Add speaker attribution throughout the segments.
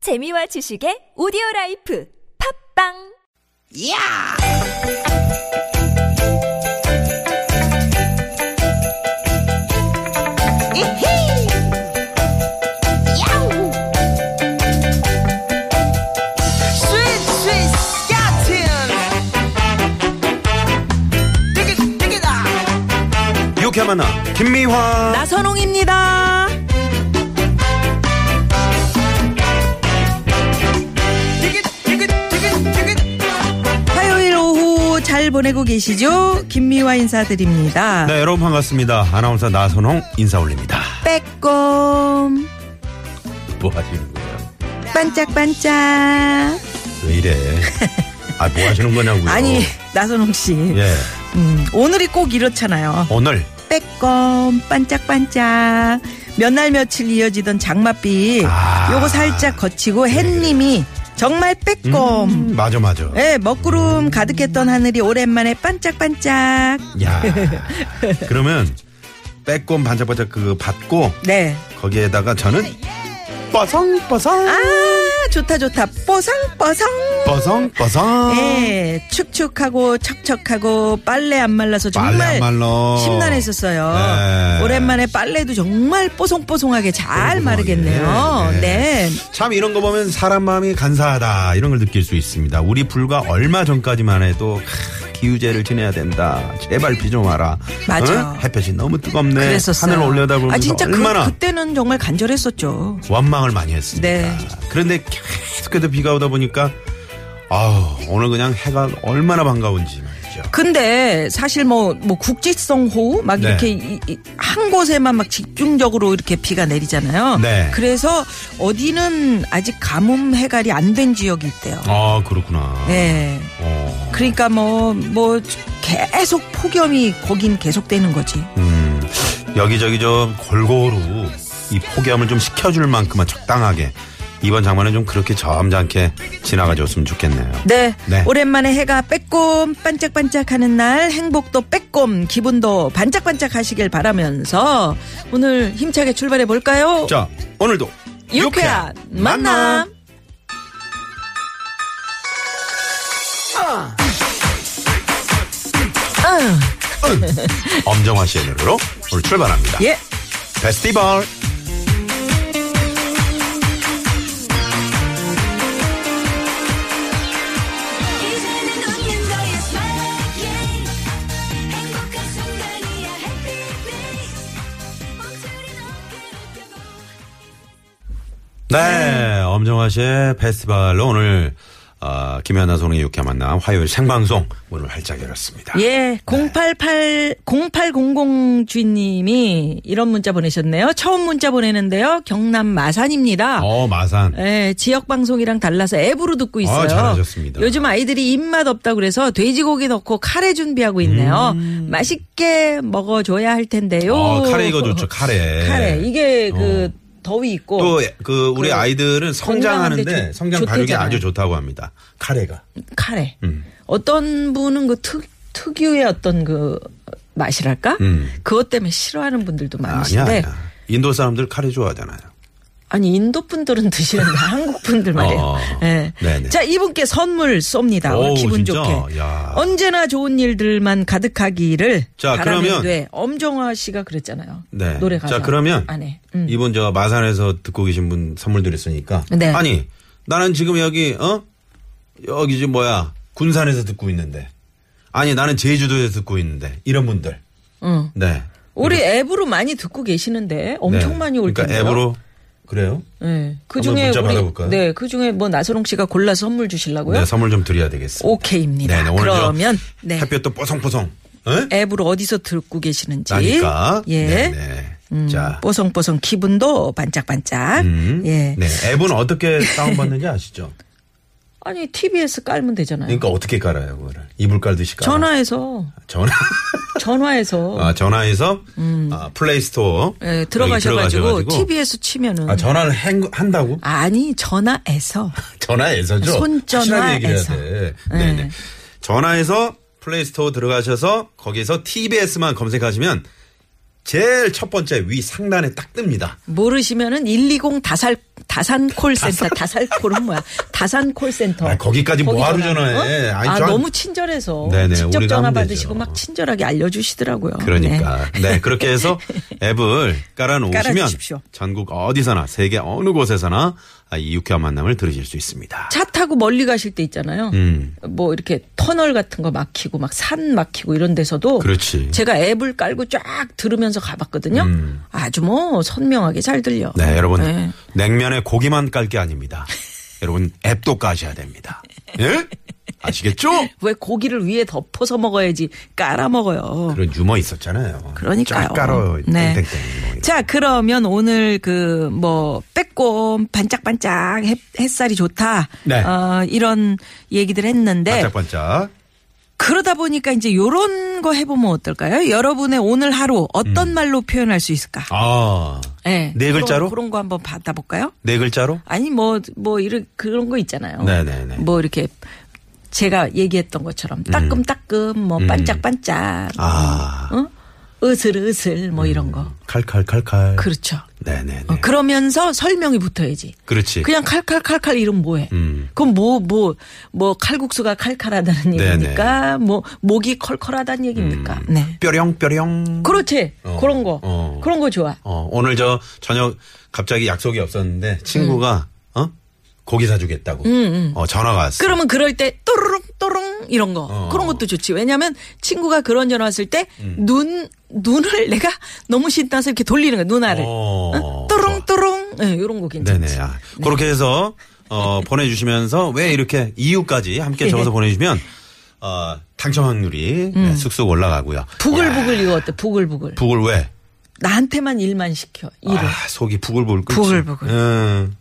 Speaker 1: 재미와 지식의 오디오 라이프 팝빵
Speaker 2: 야! 이히! 야우! 스윗, 스윗, 스카틴! 띠깃, 띠깃아!
Speaker 3: 유쾌 만남 김미화
Speaker 4: 나선홍입니다.
Speaker 2: 띠깃, 띠깃, 띠깃, 띠깃!
Speaker 4: 화요일 오후 잘 보내고 계시죠? 김미화 인사드립니다.
Speaker 3: 네 여러분 반갑습니다 아나운서 나선홍 인사 올립니다
Speaker 4: 빼꼼
Speaker 3: 뭐 하시는 거야
Speaker 4: 반짝반짝.
Speaker 3: 왜 이래 아 뭐 하시는 거냐고요
Speaker 4: 아니 나선홍 씨
Speaker 3: 예
Speaker 4: 음, 오늘이 꼭 이렇잖아요.
Speaker 3: 오늘
Speaker 4: 빼꼼 반짝반짝. 몇 날 며칠 이어지던 장맛비
Speaker 3: 아. 예.
Speaker 4: 요거 살짝 거치고 햇님이 정말 빼꼼.
Speaker 3: 음, 맞아 맞아
Speaker 4: 예, 먹구름 가득했던 하늘이 오랜만에 반짝반짝.
Speaker 3: 야 그러면 빼꼼 반짝반짝 그거 받고
Speaker 4: 네.
Speaker 3: 거기에다가 저는 뻐성뻐성
Speaker 4: 아, 좋다 좋다. 뽀상뽀상.
Speaker 3: 뻐성뻐성
Speaker 4: 예, 축축하고 척척하고 빨래 안 말라서
Speaker 3: 빨래
Speaker 4: 정말
Speaker 3: 안 말라.
Speaker 4: 심란했었어요.
Speaker 3: 네.
Speaker 4: 오랜만에 빨래도 정말 뽀송뽀송하게 잘
Speaker 3: 뽀송뽀송하게.
Speaker 4: 마르겠네요.
Speaker 3: 네.
Speaker 4: 네.
Speaker 3: 참 이런 거 보면 사람 마음이 간사하다 이런 걸 느낄 수 있습니다. 우리 불과 얼마 전까지만 해도 캬, 기우제를 지내야 된다. 제발 비 좀 와라.
Speaker 4: 맞아.
Speaker 3: 응? 햇볕이 너무 뜨겁네.
Speaker 4: 그랬었어요.
Speaker 3: 하늘 올려다보면서
Speaker 4: 아, 진짜
Speaker 3: 얼마나
Speaker 4: 그, 그때는 정말 간절했었죠.
Speaker 3: 원망을 많이 했습니다.
Speaker 4: 네.
Speaker 3: 그런데 계속해서 비가 오다 보니까 아우 오늘 그냥 해가 얼마나 반가운지 말이죠.
Speaker 4: 근데 사실 뭐, 뭐 국지성 호우 막
Speaker 3: 네.
Speaker 4: 이렇게 이- 이- 한 곳에만 막 집중적으로 이렇게 비가 내리잖아요.
Speaker 3: 네.
Speaker 4: 그래서 어디는 아직 가뭄 해갈이 안 된 지역이 있대요.
Speaker 3: 아 그렇구나.
Speaker 4: 네.
Speaker 3: 어,
Speaker 4: 그러니까 뭐 뭐 계속 폭염이 거긴 계속되는 거지.
Speaker 3: 음, 여기저기 좀 골고루 이 폭염을 좀 식혀줄 만큼만 적당하게 이번 장마는 좀 그렇게 점잖게 지나가줬으면 좋겠네요.
Speaker 4: 네.
Speaker 3: 네.
Speaker 4: 오랜만에 해가 빼꼼 반짝반짝하는 날 행복도 빼꼼 기분도 반짝반짝하시길 바라면서 오늘 힘차게 출발해 볼까요?
Speaker 3: 자, 오늘도
Speaker 4: 유쾌한 만남. 아.
Speaker 3: 엄정화 씨의 노래로 오늘 출발합니다.
Speaker 4: 예.
Speaker 3: 페스티벌.
Speaker 5: 이제는 웃는 거야 smile again 행복한 순간이야 happy place 멈추린 어깨를 펴고
Speaker 3: 네,
Speaker 4: 음.
Speaker 3: 엄정화 씨의 페스티벌로 오늘 어, 김연아 송의 유쾌한 만남 화요일 생방송 문을 활짝 열었습니다.
Speaker 4: 예, 088 0800 주인님이 이런 문자 보내셨네요. 처음 문자 보내는데요. 경남 마산입니다.
Speaker 3: 어, 마산.
Speaker 4: 예, 지역 방송이랑 달라서 앱으로 듣고 있어요.
Speaker 3: 아, 잘하셨습니다.
Speaker 4: 요즘 아이들이 입맛 없다고 그래서 돼지고기 넣고 카레 준비하고 있네요. 맛있게 먹어줘야 할 텐데요.
Speaker 3: 어, 음. 카레 이거 좋죠. 카레. 어.
Speaker 4: 카레. 이게 그 더위 있고
Speaker 3: 또 그 우리
Speaker 4: 그
Speaker 3: 아이들은 성장하는데
Speaker 4: 건강한데 좋-
Speaker 3: 성장 발육이
Speaker 4: 좋대잖아요.
Speaker 3: 아주 좋다고 합니다. 카레가.
Speaker 4: 카레.
Speaker 3: 음.
Speaker 4: 어떤 분은 그 특, 특유의 어떤 그 맛이랄까?
Speaker 3: 음.
Speaker 4: 그것 때문에 싫어하는 분들도 많으신데
Speaker 3: 아니야, 아니야. 네. 인도 사람들 카레 좋아하잖아요.
Speaker 4: 아니 인도 분들은 드시는데 한국 분들 말이에요.
Speaker 3: 어.
Speaker 4: 예.
Speaker 3: 네네.
Speaker 4: 자 이분께 선물 쏩니다.
Speaker 3: 오,
Speaker 4: 기분
Speaker 3: 진짜?
Speaker 4: 좋게.
Speaker 3: 야.
Speaker 4: 언제나 좋은 일들만 가득하기를.
Speaker 3: 자,
Speaker 4: 바라는
Speaker 3: 그러면-
Speaker 4: 뇌. 엄정화 씨가 그랬잖아요.
Speaker 3: 네.
Speaker 4: 노래가. 아, 네.
Speaker 3: 자, 그러면
Speaker 4: 안에.
Speaker 3: 이번 저 마산에서 듣고 계신 분 선물 드렸으니까.
Speaker 4: 음. 네.
Speaker 3: 아니, 나는 지금 여기 어? 여기 지금 뭐야? 군산에서 듣고 있는데. 아니, 나는 제주도에서 듣고 있는데. 이런 분들.
Speaker 4: 응.
Speaker 3: 네.
Speaker 4: 우리 앱으로 많이 듣고 계시는데 엄청
Speaker 3: 네.
Speaker 4: 많이 올
Speaker 3: 그러니까
Speaker 4: 텐데요.
Speaker 3: 앱으로 그래요?
Speaker 4: 네. 그 중에
Speaker 3: 문자
Speaker 4: 우리
Speaker 3: 받아볼까요?
Speaker 4: 네, 그 중에 뭐 나서롱 씨가 골라서 선물 주시려고요?
Speaker 3: 네, 선물 좀 드려야 되겠습니다.
Speaker 4: 오케이입니다.
Speaker 3: 네네, 오늘 저
Speaker 4: 그러면 네.
Speaker 3: 햇볕도 뽀송뽀송. 에?
Speaker 4: 앱으로 어디서 듣고 계시는지.
Speaker 3: 나니까.
Speaker 4: 예.
Speaker 3: 네네. 자.
Speaker 4: 뽀송뽀송 기분도 반짝반짝.
Speaker 3: 음.
Speaker 4: 예.
Speaker 3: 네. 앱은 어떻게 다운받는지 아시죠?
Speaker 4: 아니 TBS 깔면 되잖아요.
Speaker 3: 그러니까 어떻게 깔아요, 그거를. 이불 깔듯이 깔아.
Speaker 4: 전화해서
Speaker 3: 전화.
Speaker 4: 전화해서
Speaker 3: 아, 전화해서 아, 플레이스토어.
Speaker 4: 음. 예,
Speaker 3: 여기
Speaker 4: 들어가셔가지고
Speaker 3: 들어가셔가지고.
Speaker 4: TBS 치면은
Speaker 3: 아, 전화를 한, 한다고?
Speaker 4: 니 전화해서
Speaker 3: 전화해서죠.
Speaker 4: 아, 손전화해서.
Speaker 3: 확실하게 얘기를 해야 돼.
Speaker 4: 네.
Speaker 3: 네네. 전화해서 플레이스토어 들어가셔서 거기서 TBS만 검색하시면 제일 첫 번째 위 상단에 딱 뜹니다.
Speaker 4: 모르시면은 120 다살 다산 콜센터 다산 콜은 뭐야? 다산 콜센터.
Speaker 3: 아, 거기까지
Speaker 4: 거기
Speaker 3: 뭐하러
Speaker 4: 전화해요?
Speaker 3: 전화해? 아니,
Speaker 4: 아
Speaker 3: 전-
Speaker 4: 너무 친절해서
Speaker 3: 네네,
Speaker 4: 직접
Speaker 3: 우리가
Speaker 4: 전화
Speaker 3: 하면
Speaker 4: 받으시고
Speaker 3: 되죠.
Speaker 4: 막 친절하게 알려주시더라고요.
Speaker 3: 그러니까. 네. 그렇게 해서 앱을 깔아놓으시면
Speaker 4: 깔아주십시오.
Speaker 3: 전국 어디서나 세계 어느 곳에서나 아, 이 유쾌한 만남을 들으실 수 있습니다.
Speaker 4: 차 타고 멀리 가실 때 있잖아요.
Speaker 3: 음.
Speaker 4: 뭐 이렇게 터널 같은 거 막히고 막 산 막히고 이런 데서도
Speaker 3: 그렇지.
Speaker 4: 제가 앱을 깔고 쫙 들으면서 가봤거든요. 아주 뭐 선명하게 잘 들려.
Speaker 3: 음. 네, 여러분.
Speaker 4: 네.
Speaker 3: 냉면에 고기만 깔 게 아닙니다. 여러분, 앱도 까셔야 됩니다. 예? 아시겠죠?
Speaker 4: 왜 고기를 위에 덮어서 먹어야지 깔아 먹어요.
Speaker 3: 그런 유머 있었잖아요.
Speaker 4: 그러니까요.
Speaker 3: 쫙 깔아요.
Speaker 4: 네.
Speaker 3: 땡땡땡. 뭐 이런.
Speaker 4: 자, 그러면 오늘 그 뭐 빼꼼 반짝반짝 햇, 햇살이 좋다.
Speaker 3: 네.
Speaker 4: 어, 이런 얘기들 했는데
Speaker 3: 반짝반짝.
Speaker 4: 그러다 보니까 이제 요런 거 해보면 어떨까요? 여러분의 오늘 하루 어떤
Speaker 3: 음.
Speaker 4: 말로 표현할 수 있을까?
Speaker 3: 아.
Speaker 4: 네,
Speaker 3: 네
Speaker 4: 그런-
Speaker 3: 글자로?
Speaker 4: 그런 거 한번 받아볼까요?
Speaker 3: 네 글자로?
Speaker 4: 아니 뭐 뭐 이런 그런 거 있잖아요.
Speaker 3: 네네네.
Speaker 4: 뭐 이렇게 제가 얘기했던 것처럼 따끔따끔 뭐 반짝반짝
Speaker 3: 음. 아.
Speaker 4: 어? 으슬으슬 뭐 이런 거.
Speaker 3: 칼칼칼칼.
Speaker 4: 그렇죠.
Speaker 3: 네네네.
Speaker 4: 어, 그러면서 설명이 붙어야지.
Speaker 3: 그렇지.
Speaker 4: 그냥 칼칼칼칼 이름 뭐해?
Speaker 3: 음.
Speaker 4: 그럼 뭐 뭐 뭐 칼국수가 칼칼하다는
Speaker 3: 네네.
Speaker 4: 얘기입니까? 뭐 목이 컬컬하다는 얘기입니까? 네.
Speaker 3: 뾰령 뾰령.
Speaker 4: 그렇지.
Speaker 3: 어,
Speaker 4: 그런 거.
Speaker 3: 어.
Speaker 4: 그런 거 좋아.
Speaker 3: 어, 오늘 저 저녁 갑자기 약속이 없었는데 친구가 어? 고기 사주겠다고. 어, 전화가 왔어.
Speaker 4: 음, 그러면 그럴 때 또르릉 또릉 이런 거
Speaker 3: 어. 음.
Speaker 4: 그런 것도 좋지. 왜냐하면 친구가 그런 전화 왔을 때 눈 눈을 내가 너무 신나서 이렇게 돌리는 거야 눈알을.
Speaker 3: 어,
Speaker 4: 응?
Speaker 3: 좋아.
Speaker 4: 또릉 또릉 네, 이런 거 괜찮지.
Speaker 3: 네네. 아, 그렇게 해서 어, 보내주시면서 왜 이렇게 이유까지
Speaker 4: 네.
Speaker 3: 함께 적어서 보내주시면 어, 당첨 확률이 네, 쑥쑥 올라가고요.
Speaker 4: 음. 부글부글 이거 어때? 부글부글.
Speaker 3: 북을 왜?
Speaker 4: 나한테만 일만 시켜 일을
Speaker 3: 아, 속이 부글부글 끓지.
Speaker 4: 부글부글.
Speaker 3: 음,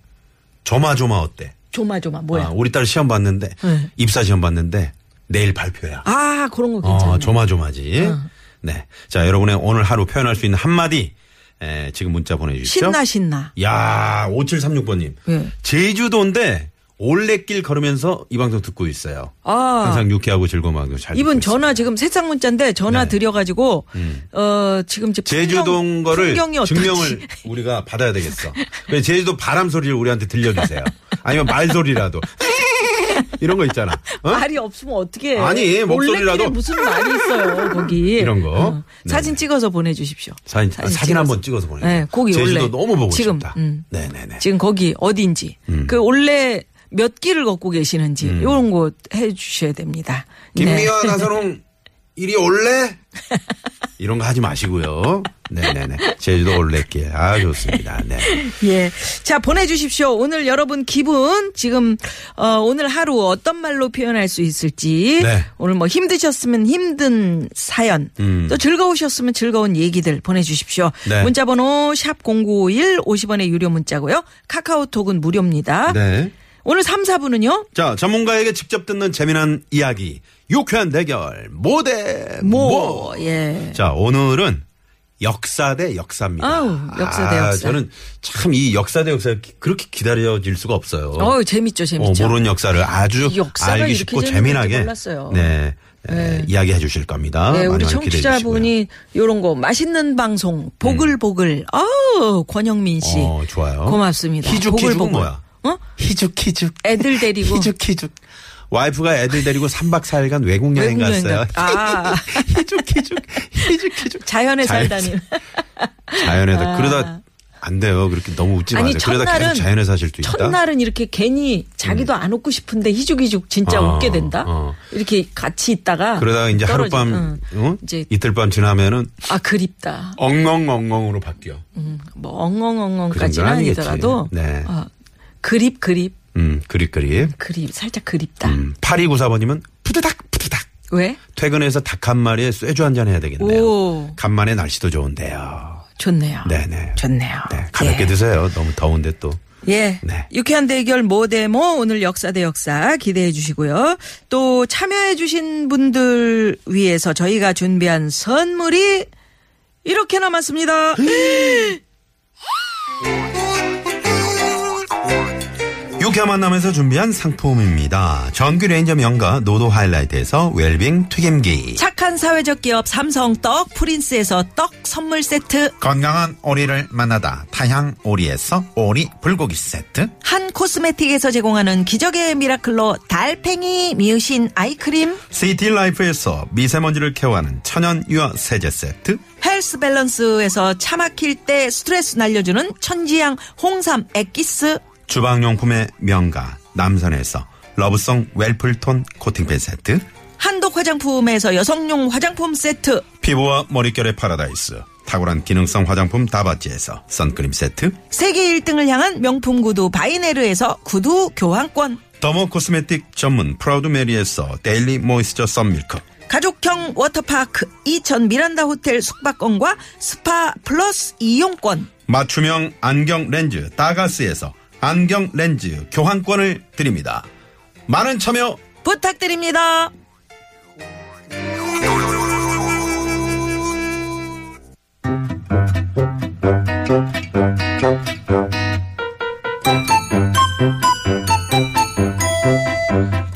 Speaker 3: 조마조마 어때?
Speaker 4: 조마조마
Speaker 3: 아,
Speaker 4: 뭐야?
Speaker 3: 우리 딸 시험 봤는데
Speaker 4: 네.
Speaker 3: 입사 시험 봤는데 내일 발표야.
Speaker 4: 아 그런 거 괜찮네.
Speaker 3: 어, 조마조마지. 네. 자, 여러분의 오늘 하루 표현할 수 있는 한마디, 에, 지금 문자 보내주시죠.
Speaker 4: 신나 신나.
Speaker 3: 야, 5736번님.
Speaker 4: 예.
Speaker 3: 제주도인데, 올레길 걸으면서 이 방송 듣고 있어요.
Speaker 4: 아.
Speaker 3: 항상 유쾌하고 즐거운 방송 잘
Speaker 4: 이분
Speaker 3: 듣고
Speaker 4: 전화 지금 세상 문자인데 전화 드려가지고 어 지금 이제
Speaker 3: 있어요. 제주도인
Speaker 4: 풍경,
Speaker 3: 거를
Speaker 4: 풍경이 어떨지.
Speaker 3: 증명을 우리가 받아야 되겠어. 그래서 제주도 바람 소리를 우리한테 들려주세요. 아니면 말 소리라도. 이런 거 있잖아. 어?
Speaker 4: 말이 없으면 어떻게
Speaker 3: 아니, 목소리라도.
Speaker 4: 무슨 말이 있어요 거기
Speaker 3: 이런 거. 네.
Speaker 4: 사진 찍어서 보내주십시오
Speaker 3: 사진, 아, 사진,
Speaker 4: 찍어서.
Speaker 3: 한번 찍어서 보내주세요.
Speaker 4: 네, 거기
Speaker 3: 제주도
Speaker 4: 원래
Speaker 3: 너무 보고
Speaker 4: 지금,
Speaker 3: 싶다. 음.
Speaker 4: 음.
Speaker 3: 네네네.
Speaker 4: 지금 거기 어디인지 그 원래 몇 길을 걷고 계시는지 이런 거 해주셔야 됩니다
Speaker 3: 음. 김미화 나선홍 이리 올래? 이런 거 하지 마시고요. 네네네. 제주도 올레길. 아 좋습니다. 네.
Speaker 4: 예. 자, 보내주십시오. 오늘 여러분 기분, 지금, 어, 오늘 하루 어떤 말로 표현할 수 있을지.
Speaker 3: 네.
Speaker 4: 오늘 뭐 힘드셨으면 힘든 사연.
Speaker 3: 음.
Speaker 4: 또 즐거우셨으면 즐거운 얘기들 보내주십시오.
Speaker 3: 네.
Speaker 4: 문자번호 샵0951 50원의 유료 문자고요. 카카오톡은 무료입니다.
Speaker 3: 네.
Speaker 4: 오늘 3, 4분은요.
Speaker 3: 자 전문가에게 직접 듣는 재미난 이야기 유쾌한 대결 모대
Speaker 4: 뭐,
Speaker 3: 모.
Speaker 4: 예.
Speaker 3: 자 오늘은 역사 대 역사입니다.
Speaker 4: 아우, 역사 대
Speaker 3: 아,
Speaker 4: 역사.
Speaker 3: 저는 참 이 역사 대 역사 그렇게 기다려질 수가 없어요.
Speaker 4: 어, 우 재밌죠, 재밌죠.
Speaker 3: 어, 모르는 역사를 아주
Speaker 4: 이 역사가
Speaker 3: 알기
Speaker 4: 이렇게
Speaker 3: 쉽고
Speaker 4: 재밌는 건지
Speaker 3: 재미나게
Speaker 4: 몰랐어요.
Speaker 3: 네, 네, 이야기해 주실 겁니다.
Speaker 4: 네,
Speaker 3: 많이
Speaker 4: 우리
Speaker 3: 많이 기대해 주시고요. 음.
Speaker 4: 청취자분이 요런 거 맛있는 방송 보글보글. 아우, 권영민 씨.
Speaker 3: 어, 좋아요.
Speaker 4: 고맙습니다.
Speaker 3: 히죽히죽은
Speaker 4: 보글보글.
Speaker 3: 뭐야?
Speaker 4: 어?
Speaker 3: 히죽히죽.
Speaker 4: 애들 데리고
Speaker 3: 히죽히죽. 와이프가 애들 데리고 3박 4일간 외국 여행
Speaker 4: 외국 여행
Speaker 3: 갔어요.
Speaker 4: 갔다. 아.
Speaker 3: 히죽히죽. 히죽히죽.
Speaker 4: 자연에
Speaker 3: 자연-
Speaker 4: 살다니.
Speaker 3: 자연에서 그러다 안 돼요. 그렇게 너무 웃지
Speaker 4: 아니
Speaker 3: 마세요. 그러다
Speaker 4: 첫날은
Speaker 3: 계속 자연에 사실 수 있다. 음.
Speaker 4: 첫날은 이렇게 괜히 자기도 안 웃고 싶은데 희죽희죽 진짜
Speaker 3: 어,
Speaker 4: 웃게 된다.
Speaker 3: 어.
Speaker 4: 이렇게 같이 있다가
Speaker 3: 그러다가 이제
Speaker 4: 떨어지-
Speaker 3: 하룻밤
Speaker 4: 응.
Speaker 3: 응?
Speaker 4: 이제
Speaker 3: 이틀밤 지나면은
Speaker 4: 아 그립다.
Speaker 3: 엉엉엉엉으로 바뀌어.
Speaker 4: 음, 뭐
Speaker 3: 그 정도는
Speaker 4: 엉엉엉엉까지는
Speaker 3: 아니겠지.
Speaker 4: 아니더라도
Speaker 3: 네.
Speaker 4: 어, 그립 그립
Speaker 3: 음, 그립 그립.
Speaker 4: 그립 살짝 그립다.
Speaker 3: 음, 8294번님은 푸드닥 푸드닥.
Speaker 4: 왜?
Speaker 3: 퇴근해서 닭 한 마리에 쇠주 한 잔 해야 되겠네요.
Speaker 4: 오.
Speaker 3: 간만에 날씨도 좋은데요.
Speaker 4: 좋네요.
Speaker 3: 네네.
Speaker 4: 좋네요.
Speaker 3: 네, 가볍게
Speaker 4: 예.
Speaker 3: 드세요. 너무 더운데 또.
Speaker 4: 예.
Speaker 3: 네.
Speaker 4: 유쾌한 대결 모데모 오늘 역사 대 역사 기대해 주시고요. 또 참여해 주신 분들 위해서 저희가 준비한 선물이 이렇게 남았습니다.
Speaker 3: 유쾌한, 유쾌한 만남에서 준비한 상품입니다. 전기 레인저 명가 노도 하이라이트에서 웰빙 튀김기.
Speaker 4: 착한 사회적 기업 삼성 떡 프린스에서 떡 선물 세트.
Speaker 3: 건강한 오리를 만나다 타향 오리에서 오리 불고기 세트.
Speaker 4: 한 코스메틱에서 제공하는 기적의 미라클로 달팽이 미으신 아이크림.
Speaker 3: 시티 라이프에서 미세먼지를 케어하는 천연 유화 세제 세트.
Speaker 4: 헬스 밸런스에서 차 막힐 때 스트레스 날려주는 천지향 홍삼 액기스.
Speaker 3: 주방용품의 명가 남선에서 러브송 웰플톤 코팅팬 세트.
Speaker 4: 한독 화장품에서 여성용 화장품 세트.
Speaker 3: 피부와 머릿결의 파라다이스. 탁월한 기능성 화장품 다바지에서 선크림 세트.
Speaker 4: 세계 1등을 향한 명품 구두 바이네르에서 구두 교환권.
Speaker 3: 더모 코스메틱 전문 프라우드 메리에서 데일리 모이스처 썬밀크.
Speaker 4: 가족형 워터파크 이천 미란다 호텔 숙박권과 스파 플러스 이용권.
Speaker 3: 맞춤형 안경 렌즈 다가스에서 안경 렌즈 교환권을 드립니다. 많은 참여
Speaker 4: 부탁드립니다.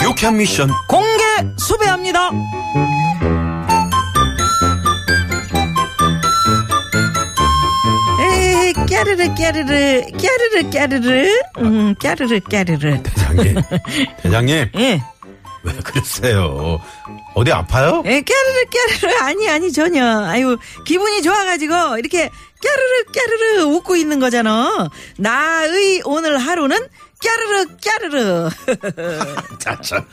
Speaker 3: 유쾌한 미션
Speaker 4: 공개 수배합니다. 에이, 깨르르 깨르르 깨르르 깨르르 음 깨르르 깨르르
Speaker 3: 대장님 대장님
Speaker 4: 예,
Speaker 3: 왜 그러세요 어디 아파요?
Speaker 4: 예 깨르르 깨르르 아니 아니 전혀 아유 기분이 좋아가지고 이렇게 깨르르 깨르르 웃고 있는 거잖아 나의 오늘 하루는 깨르르 깨르르
Speaker 3: 자자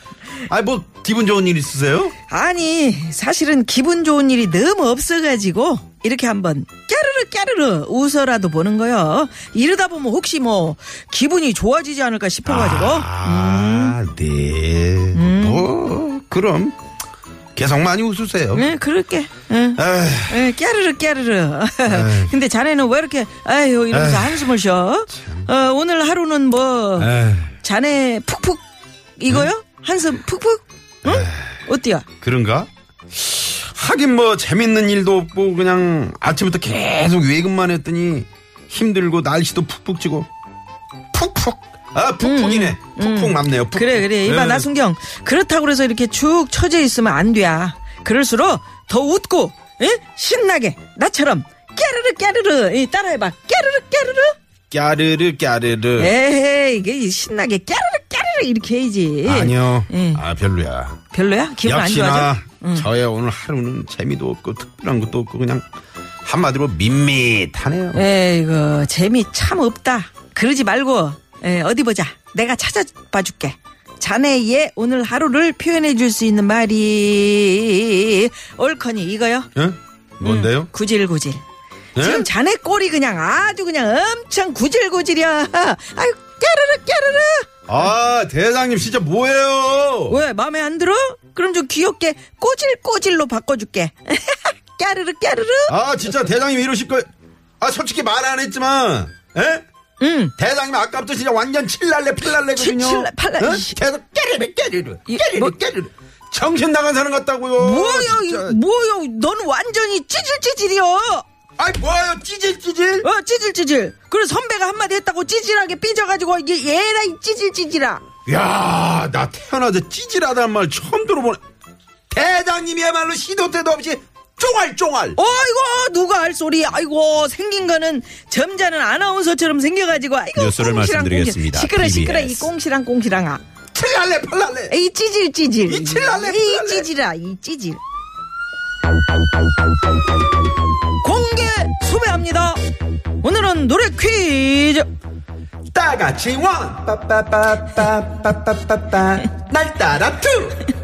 Speaker 3: 아, 아뭐 기분 좋은 일 있으세요?
Speaker 4: 아니 사실은 기분 좋은 일이 너무 없어가지고 이렇게 한번 깨르르 깨르르 웃어라도 보는 거요 이러다 보면 혹시 뭐 기분이 좋아지지 않을까 싶어가지고
Speaker 3: 아,
Speaker 4: 음.
Speaker 3: 네. 아네뭐 그럼 계속 많이 웃으세요
Speaker 4: 네 그럴게 응.
Speaker 3: 에휴,
Speaker 4: 에, 예, 깨르르 깨르르
Speaker 3: 네.
Speaker 4: 근데 자네는 왜 이렇게 아유 이러면서 한숨을 쉬어 어, 오늘 하루는 뭐
Speaker 3: 에휴,
Speaker 4: 자네 푹푹 이거요
Speaker 3: 네.
Speaker 4: 한숨 푹푹 응? 어때요
Speaker 3: 그런가? 하긴 뭐 재밌는 일도 없고 그냥 아침부터 계속 외근만 했더니 힘들고 날씨도 푹푹 지고 푹푹 아 푹푹이네 푹푹 맘네요 푹
Speaker 4: 음, 그래 그래 이봐 나순경 그렇다고 그래서 이렇게 쭉 처져 있으면 안 돼야 그럴수록 더 웃고 예? 신나게 나처럼 깨르르 깨르르 이, 따라해봐 깨르르 깨르르
Speaker 3: 까르르 까르르
Speaker 4: 예, 에헤이 이게 이 신나게 깨르르 깨르르 이렇게 해야지
Speaker 3: 아니요
Speaker 4: 예.
Speaker 3: 아 별로야
Speaker 4: 별로야 기분 안 좋아져 음.
Speaker 3: 역시나 저의 오늘 하루는 재미도 없고 특별한 것도 없고 그냥 한마디로 밋밋하네요
Speaker 4: 예. 에이구 재미 참 없다 그러지 말고 에, 어디 보자 내가 찾아봐 줄게 자네의 오늘 하루를 표현해 줄 수 있는 말이 옳거니 이거요
Speaker 3: 예? 뭔데요?
Speaker 4: 구질구질.
Speaker 3: 네?
Speaker 4: 지금 자네 꼴이 그냥 아주 그냥 엄청 구질구질이야. 아유 깨르르 깨르르.
Speaker 3: 아 대장님 진짜 뭐예요
Speaker 4: 왜 마음에 안 들어? 그럼 좀 귀엽게 꼬질꼬질로 바꿔줄게. 깨르르 깨르르.
Speaker 3: 아 진짜 대장님 이러실 거예요 아 솔직히 말 안 했지만 예?
Speaker 4: 응.
Speaker 3: 대장님 아까부터 진짜 완전 칠랄래
Speaker 4: 칠-
Speaker 3: 필랄래거든요
Speaker 4: 칠라- 팔라-
Speaker 3: 응?
Speaker 4: 이씨.
Speaker 3: 계속 깨르르 깨르르
Speaker 4: 이-
Speaker 3: 깨르르
Speaker 4: 뭐-
Speaker 3: 깨르르 정신 나간 사람 같다고요
Speaker 4: 뭐야 이-
Speaker 3: 아, 진짜.
Speaker 4: 뭐야 넌 완전히 찌질찌질이야. 어
Speaker 3: 아이 뭐예요 찌질찌질
Speaker 4: 찌질찌질. 그리고 선배가 한마디 했다고 찌질하게 삐져가지고 이게 얘라 이 찌질찌질아.
Speaker 3: 야, 나 태어나서 찌질하다는 말 처음 들어보네. 대장님이야말로 시도 때도 없이 쫑알쫑알.
Speaker 4: 어이구 누가 할 소리 아이고 생긴 거는 점잖은 아나운서처럼 생겨가지고 아이고
Speaker 3: 뉴스를
Speaker 4: 꽁시랑
Speaker 3: 말씀드리겠습니다.
Speaker 4: 꽁시랑. 시끄러 시끄러 이
Speaker 3: TBS.
Speaker 4: 꽁시랑 꽁시랑아
Speaker 3: 칠랄래 팔랄래.
Speaker 4: 이 찌질 찌질
Speaker 3: 이 칠랄래,
Speaker 4: 이
Speaker 3: 칠랄래.
Speaker 4: 찌질아 이 찌질 공개 수배합니다 오늘은 노래 퀴즈
Speaker 3: 다 같이 원.
Speaker 2: 빠빠빠빠빠빠빠빠 날 따라 투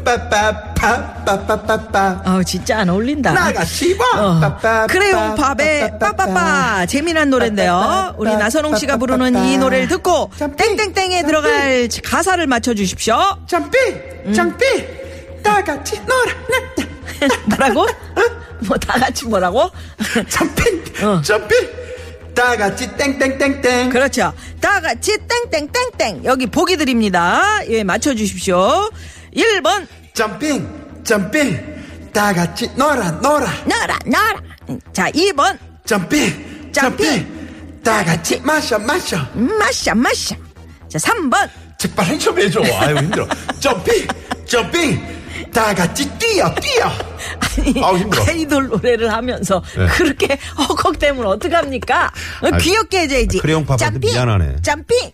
Speaker 2: 빠빠빠빠빠빠빠
Speaker 4: 아 진짜 안 어울린다
Speaker 2: 나같이
Speaker 4: 어,
Speaker 2: 봐
Speaker 4: 크레용 팝의 빠빠빠 재미난 노래인데요. 우리 나선홍 씨가 부르는 이 노래를 듣고 땡땡땡에 들어갈 가사를 맞춰 주십시오.
Speaker 2: 장삐 장삐 나같이 놀아
Speaker 4: 뭐라고? 뭐 다 같이 뭐라고?
Speaker 2: 장삐 장삐 다같이 땡땡땡땡
Speaker 4: 어. 그렇죠. 다 같이 땡땡땡땡 여기 보기 드립니다. 예, 맞춰 주십시오. 1번
Speaker 2: 점핑 점핑 다 같이 놀아 놀아
Speaker 4: 나라 나라. 자, 2번
Speaker 2: 점핑
Speaker 4: 점핑.
Speaker 2: 점핑 다 같이 마셔 마셔
Speaker 4: 마샤 마샤. 자, 3번
Speaker 2: 제발 좀 해줘. 아유, 힘들어. 점핑! 점핑! 다 같이 뛰어, 뛰어!
Speaker 4: 아니
Speaker 2: 아우, 힘들어.
Speaker 4: 아이돌 노래를 하면서 그렇게 허걱대면 어떡합니까? 어,
Speaker 3: 네. 아,
Speaker 4: 귀엽게 해줘야지.
Speaker 3: 크레용 파파한테
Speaker 4: 점핑,
Speaker 3: 미안하네.
Speaker 4: 점핑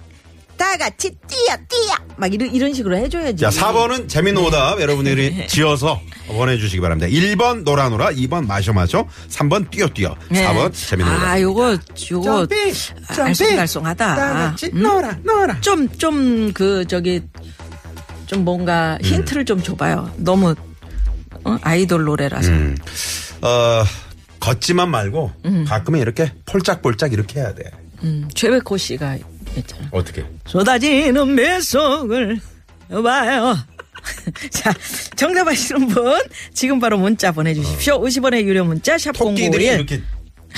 Speaker 4: 다 같이 뛰어 뛰어 막 이런 이런 식으로 해줘야지.
Speaker 3: 자, 4번은 재밌는
Speaker 4: 네.
Speaker 3: 오답 여러분들이 지어서 보내주시기 바랍니다. 1번 노라노라, 2번 마셔마셔, 3번 뛰어뛰어, 4번 재밌는 오답.
Speaker 4: 네. 아 요거 요거
Speaker 2: 점핑! 다
Speaker 4: 아, 알쏭달쏭하다. 음?
Speaker 2: 같이 놀아, 놀아.
Speaker 4: 좀 좀 그 저기 좀 뭔가
Speaker 3: 음.
Speaker 4: 힌트를 좀 줘봐요. 너무 어? 아이돌 노래라서.
Speaker 3: 음. 어, 걷지만 말고 가끔은 이렇게 폴짝폴짝 이렇게 해야 돼.
Speaker 4: 음, 최백호 씨가 했잖아.
Speaker 3: 어떻게?
Speaker 4: 쏟아지는 배송을 봐요. 자, 정답 아시는 분, 지금 바로 문자 보내주십시오. 50원의 유료 문자,
Speaker 3: 어. 토끼들이
Speaker 4: 샵공고에
Speaker 3: 이렇게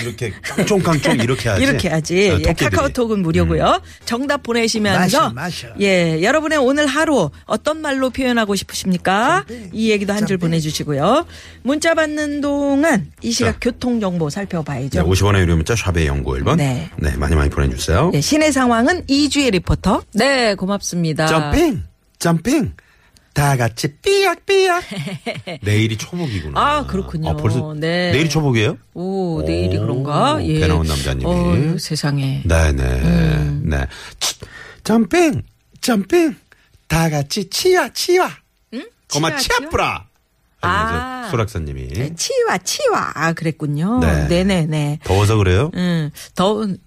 Speaker 3: 이렇게 깡총깡총 이렇게 하지.
Speaker 4: 이렇게 하지.
Speaker 3: 어,
Speaker 4: 예,
Speaker 3: 토끼들이. 음.
Speaker 4: 카카오톡은 무료고요. 정답 보내시면서
Speaker 2: 마셔, 마셔.
Speaker 4: 예, 여러분의 오늘 하루 어떤 말로 표현하고 싶으십니까?
Speaker 3: 네.
Speaker 4: 이 얘기도 한 줄 보내주시고요. 문자 받는 동안 이 시각
Speaker 3: 자.
Speaker 4: 교통 정보 살펴봐야죠.
Speaker 3: 네, 50원의 유료 문자 샵의 연구 1번.
Speaker 4: 네.
Speaker 3: 많이 많이 보내주세요.
Speaker 4: 예, 시내 상황은 이주혜 리포터. 네, 고맙습니다.
Speaker 3: 점핑, 점핑.
Speaker 2: 다 같이 삐약삐약.
Speaker 3: 내일이 초복이구나.
Speaker 4: 아, 그렇군요.
Speaker 3: 아, 벌써
Speaker 4: 네.
Speaker 3: 내일이 초복이에요?
Speaker 4: 오, 내일이
Speaker 3: 오,
Speaker 4: 그런가? 예.
Speaker 3: 배 나온 남자님이.
Speaker 4: 어휴, 세상에.
Speaker 3: 네네.
Speaker 4: 음.
Speaker 3: 네. 치, 점핑, 점핑.
Speaker 2: 다 같이 치와, 치와.
Speaker 3: 고마
Speaker 4: 치아,
Speaker 3: 치아뿌라.
Speaker 4: 아. 네.
Speaker 3: 아. 수락사님이.
Speaker 4: 치와, 치와. 아, 그랬군요.
Speaker 3: 네.
Speaker 4: 네. 네네
Speaker 3: 더워서 그래요?
Speaker 4: 음, 더운,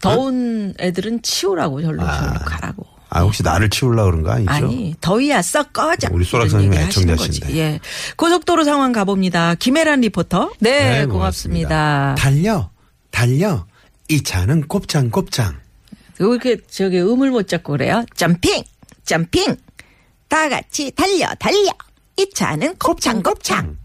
Speaker 4: 더운 애들은 치우라고, 절로 절로 가라고.
Speaker 3: 아, 혹시 나를 치우려고 그런 거 아니죠?
Speaker 4: 아니, 더위야, 썩 꺼져.
Speaker 3: 우리 소락
Speaker 4: 이런
Speaker 3: 선생님
Speaker 4: 얘기를 하시는
Speaker 3: 애청자신데.
Speaker 4: 거지. 예. 고속도로 상황 가봅니다. 김혜란 리포터. 네,
Speaker 3: 네, 고맙습니다.
Speaker 4: 고맙습니다.
Speaker 2: 달려, 달려. 이 차는 곱창, 곱창.
Speaker 4: 왜 이렇게 저기 음을 못 잡고 그래요? 점핑! 점핑! 다 같이 달려, 달려! 이 차는 곱창, 곱창!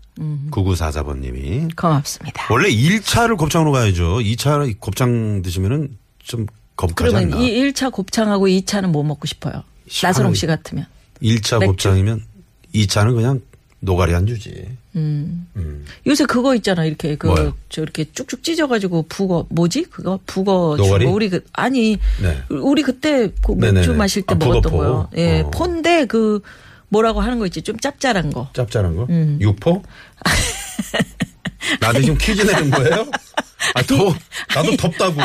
Speaker 3: 9944번님이.
Speaker 4: 고맙습니다.
Speaker 3: 원래 1차를 곱창으로 가야죠. 2차 곱창 드시면은 좀 겁가지 않나.
Speaker 4: 그러면 이 1차 곱창하고 2차는 뭐 먹고 싶어요?
Speaker 3: 시원하게.
Speaker 4: 나선홍 씨 같으면.
Speaker 3: 1차
Speaker 4: 맥주.
Speaker 3: 곱창이면 2차는 그냥 노가리 안 주지.
Speaker 4: 요새 그거 있잖아. 이렇게 그
Speaker 3: 뭐요?
Speaker 4: 저 이렇게 쭉쭉 찢어 가지고 북어 뭐지? 그거 북어
Speaker 3: 노가리?
Speaker 4: 주고 우리 그 아니
Speaker 3: 네.
Speaker 4: 우리 그때 그 맥주
Speaker 3: 네네네.
Speaker 4: 마실 때
Speaker 3: 아, 북어
Speaker 4: 먹었던
Speaker 3: 포.
Speaker 4: 거요. 예.
Speaker 3: 어.
Speaker 4: 폰데 그 뭐라고 하는 거 있지? 좀 짭짤한 거.
Speaker 3: 짭짤한 거?
Speaker 4: 음.
Speaker 3: 육포? 나도 지금 퀴즈 내는 거예요? 아, 더, 나도 덥다고.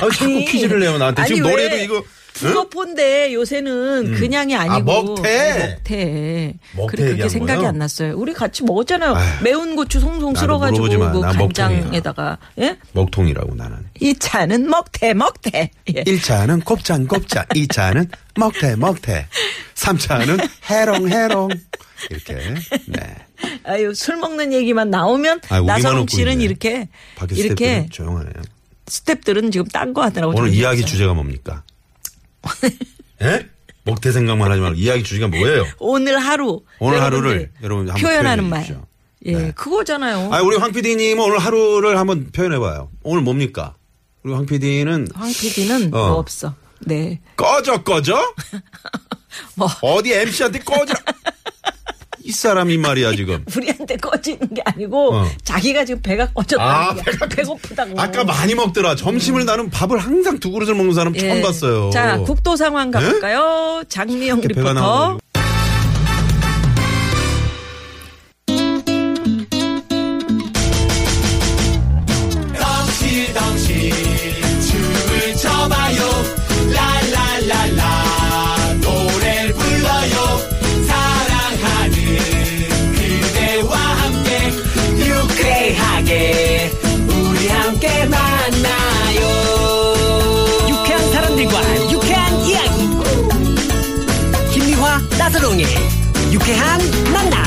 Speaker 3: 아, 자꾸 퀴즈를 내요, 나한테. 지금
Speaker 4: 아니,
Speaker 3: 노래도
Speaker 4: 왜
Speaker 3: 이거. 응? 음.
Speaker 4: 북어 폰데 요새는 그냥이 아니고
Speaker 3: 먹태?
Speaker 4: 네, 먹태.
Speaker 3: 먹태
Speaker 4: 그래 그렇게
Speaker 3: 얘기한
Speaker 4: 생각이
Speaker 3: 거예요?
Speaker 4: 안 났어요. 우리 같이 먹었잖아요.
Speaker 3: 아휴,
Speaker 4: 매운 고추 송송
Speaker 3: 나는
Speaker 4: 쓸어 가지고
Speaker 3: 물어보지 마.
Speaker 4: 그
Speaker 3: 나 먹통이야.
Speaker 4: 간장에다가 예?
Speaker 3: 먹통이라고, 나는.
Speaker 4: 이 차는 먹태 먹태. 예.
Speaker 2: 1차는 곱창, 곱창. 2차는 먹태, 먹태. 3차는 해롱, 해롱.
Speaker 3: 이렇게. 네.
Speaker 4: 아유 술 먹는 얘기만 나오면
Speaker 3: 아, 우리만
Speaker 4: 나선홍
Speaker 3: 웃고
Speaker 4: 씨는
Speaker 3: 있네.
Speaker 4: 이렇게
Speaker 3: 밖에
Speaker 4: 이렇게
Speaker 3: 스태프들은 조용하네요.
Speaker 4: 스탭들은 지금 딴 거 하더라고.
Speaker 3: 오늘
Speaker 4: 정신이
Speaker 3: 이야기
Speaker 4: 없어요.
Speaker 3: 주제가 뭡니까? 예? 먹태 생각만 하지 말고 이야기 주제가 뭐예요?
Speaker 4: 오늘 하루
Speaker 3: 오늘
Speaker 4: 여러분들이
Speaker 3: 하루를 여러분 한번
Speaker 4: 표현하는
Speaker 3: 표현해
Speaker 4: 말.
Speaker 3: 주십시오.
Speaker 4: 예,
Speaker 3: 네.
Speaker 4: 그거잖아요.
Speaker 3: 아, 우리 황 PD님은 오늘 하루를 한번 표현해봐요. 오늘 뭡니까? 우리 황 PD는
Speaker 4: 황 PD는
Speaker 3: 어.
Speaker 4: 뭐 없어. 네.
Speaker 3: 꺼져 꺼져
Speaker 4: 뭐.
Speaker 3: 어디 MC한테 꺼져 이 사람이 말이야 지금
Speaker 4: 우리한테 꺼지는 게 아니고
Speaker 3: 어.
Speaker 4: 자기가 지금 배가 꺼졌다.
Speaker 3: 아,
Speaker 4: 아,
Speaker 3: 배가
Speaker 4: 배고프다고.
Speaker 3: 아까 많이 먹더라 점심을 나는 밥을 항상 두 그릇을 먹는 사람 처음
Speaker 4: 예.
Speaker 3: 봤어요 네?
Speaker 4: 자, 국도 상황 가볼까요? 장미영
Speaker 3: 이렇게 배가
Speaker 4: 리포터.
Speaker 3: 나와가지고.
Speaker 6: 유쾌한 사람들과 유쾌한 이야기. 김미화 나서롱의 유쾌한 만남.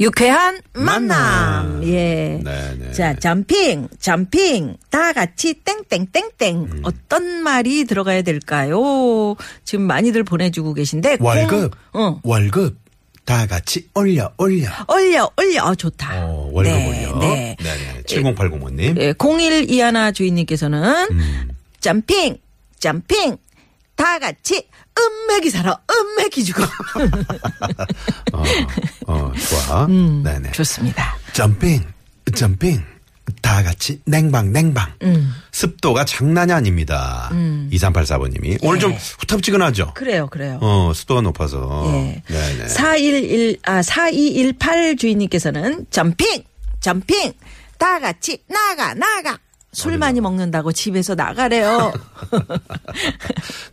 Speaker 4: 유쾌한 만남.
Speaker 3: 만남.
Speaker 4: 예.
Speaker 3: 네네
Speaker 4: 자, 점핑, 점핑, 다 같이 땡땡땡땡. 어떤 말이 들어가야 될까요? 지금 많이들 보내주고 계신데. 공-
Speaker 2: 월급,
Speaker 4: 어.
Speaker 2: 월급. 다 같이 올려, 올려.
Speaker 4: 올려, 올려. 어, 좋다.
Speaker 3: 어, 월급
Speaker 4: 네,
Speaker 3: 올려 네.
Speaker 4: 네.
Speaker 3: 네 7080원님
Speaker 4: 예, 01 이하나 주인님께서는 점핑, 점핑, 다 같이 음맥이 살아, 음맥이 죽어.
Speaker 3: 어, 어 좋아 네네
Speaker 4: 음.
Speaker 3: 네.
Speaker 4: 좋습니다.
Speaker 2: 점핑, 점핑. 다
Speaker 3: 다 같이 냉방 냉방.
Speaker 4: 음.
Speaker 3: 습도가 장난이 아닙니다. 2384번님이 오늘 좀 후텁지근하죠.
Speaker 4: 예. 그래요, 그래요.
Speaker 3: 어 습도가 높아서.
Speaker 4: 예.
Speaker 3: 네네.
Speaker 4: 411, 아, 4218 주인님께서는 점핑! 점핑! 다 같이 나가, 나가! 술 많이 먹는다고 집에서 나가래요.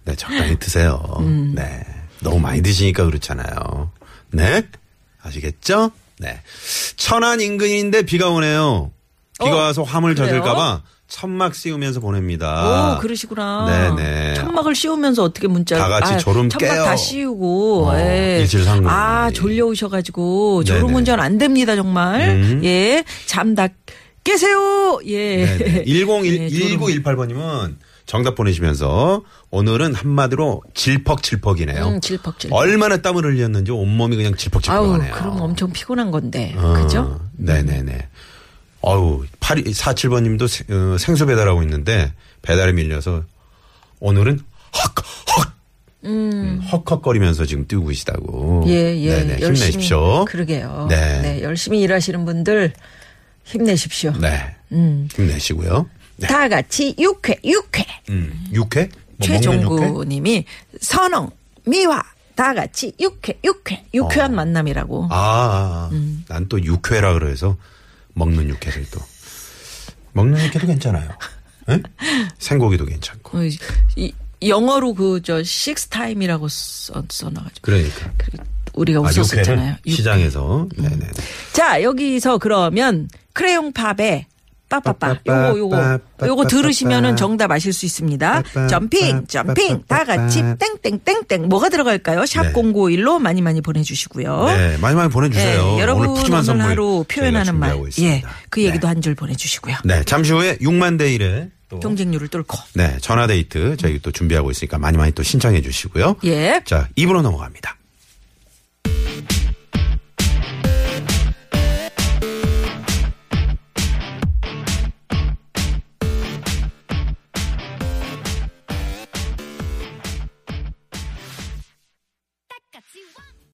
Speaker 3: 네 적당히 드세요.
Speaker 4: 음.
Speaker 3: 네 너무 많이 드시니까 그렇잖아요. 네 아시겠죠? 네 천안 인근인데 비가 오네요. 비가
Speaker 4: 어,
Speaker 3: 와서 화물
Speaker 4: 그래요?
Speaker 3: 젖을까봐 천막 씌우면서 보냅니다.
Speaker 4: 오, 그러시구나.
Speaker 3: 아, 네네.
Speaker 4: 천막을 씌우면서 어떻게 문자를.
Speaker 3: 다 같이
Speaker 4: 아,
Speaker 3: 졸음
Speaker 4: 천막
Speaker 3: 깨요.
Speaker 4: 다 씌우고.
Speaker 3: 어,
Speaker 4: 예.
Speaker 3: 일칠삼공.
Speaker 4: 아, 졸려오셔가지고. 졸음
Speaker 3: 네네. 음.
Speaker 4: 운전 안 됩니다, 정말. 예. 잠 다 깨세요. 예.
Speaker 3: 네네. 101,
Speaker 4: 예, 졸음.
Speaker 3: 1918번님은 정답 보내시면서 오늘은 한마디로 질퍽질퍽이네요.
Speaker 4: 음, 질퍽질퍽.
Speaker 3: 얼마나 땀을 흘렸는지 온몸이 그냥
Speaker 4: 아우,
Speaker 3: 질퍽질퍽하네요.
Speaker 4: 그럼 엄청 피곤한 건데.
Speaker 3: 어,
Speaker 4: 그죠? 음.
Speaker 3: 네네네. 어우, 8, 47번님도 어, 생수 배달하고 있는데 배달에 밀려서 오늘은 헉, 헉. 음, 헉헉거리면서 지금 뛰고 계시다고.
Speaker 4: 예, 예.
Speaker 3: 네네.
Speaker 4: 열심히.
Speaker 3: 힘내십시오.
Speaker 4: 그러게요.
Speaker 3: 네.
Speaker 4: 네, 열심히 일하시는 분들 힘내십시오.
Speaker 3: 네.
Speaker 4: 음.
Speaker 3: 힘내시고요. 네.
Speaker 4: 다 같이 육회, 육회.
Speaker 3: 음, 육회? 뭐 먹는 육회?
Speaker 4: 최종구님이 선홍, 미화. 다 같이 육회, 육회. 육회한
Speaker 3: 어.
Speaker 4: 만남이라고.
Speaker 3: 아,
Speaker 4: 음.
Speaker 3: 난 또 육회라 그래서 먹는 육회를 또 먹는 육회도 괜찮아요. 예? 생고기도 괜찮고.
Speaker 4: 어, 이, 영어로 그 저 식스 타임이라고 써, 써놔가지고
Speaker 3: 그러니까
Speaker 4: 우리가
Speaker 3: 아,
Speaker 4: 웃었었잖아요. 음.
Speaker 3: 육회를
Speaker 4: 육-
Speaker 3: 시장에서 네네.
Speaker 4: 자 여기서 그러면 크레용 팝에 빠빠빠
Speaker 3: 빠빠빠,
Speaker 4: 요거 요거 요거
Speaker 3: 빠빠빠.
Speaker 4: 들으시면은 정답 아실 수 있습니다.
Speaker 3: 빠빠,
Speaker 4: 점핑 점핑 다 같이 땡땡땡땡 뭐가 들어갈까요? 샵
Speaker 3: 네.
Speaker 4: 0951로 많이 많이 보내주시고요.
Speaker 3: 네, 많이 많이 보내주세요.
Speaker 4: 예, 어? 여러분
Speaker 3: 오늘 푸짐한
Speaker 4: 오늘
Speaker 3: 선물
Speaker 4: 하루 표현하는
Speaker 3: 저희가
Speaker 4: 말,
Speaker 3: 준비하고
Speaker 4: 예,
Speaker 3: 있습니다.
Speaker 4: 그 얘기도
Speaker 3: 네.
Speaker 4: 한 줄 보내주시고요.
Speaker 3: 네, 잠시 후에 6만 대 1에 또
Speaker 4: 경쟁률을 뚫고
Speaker 3: 네, 전화 데이트 저희 또 준비하고 있으니까 많이 많이 또 신청해 주시고요.
Speaker 4: 예.
Speaker 3: 자, 2부로 넘어갑니다.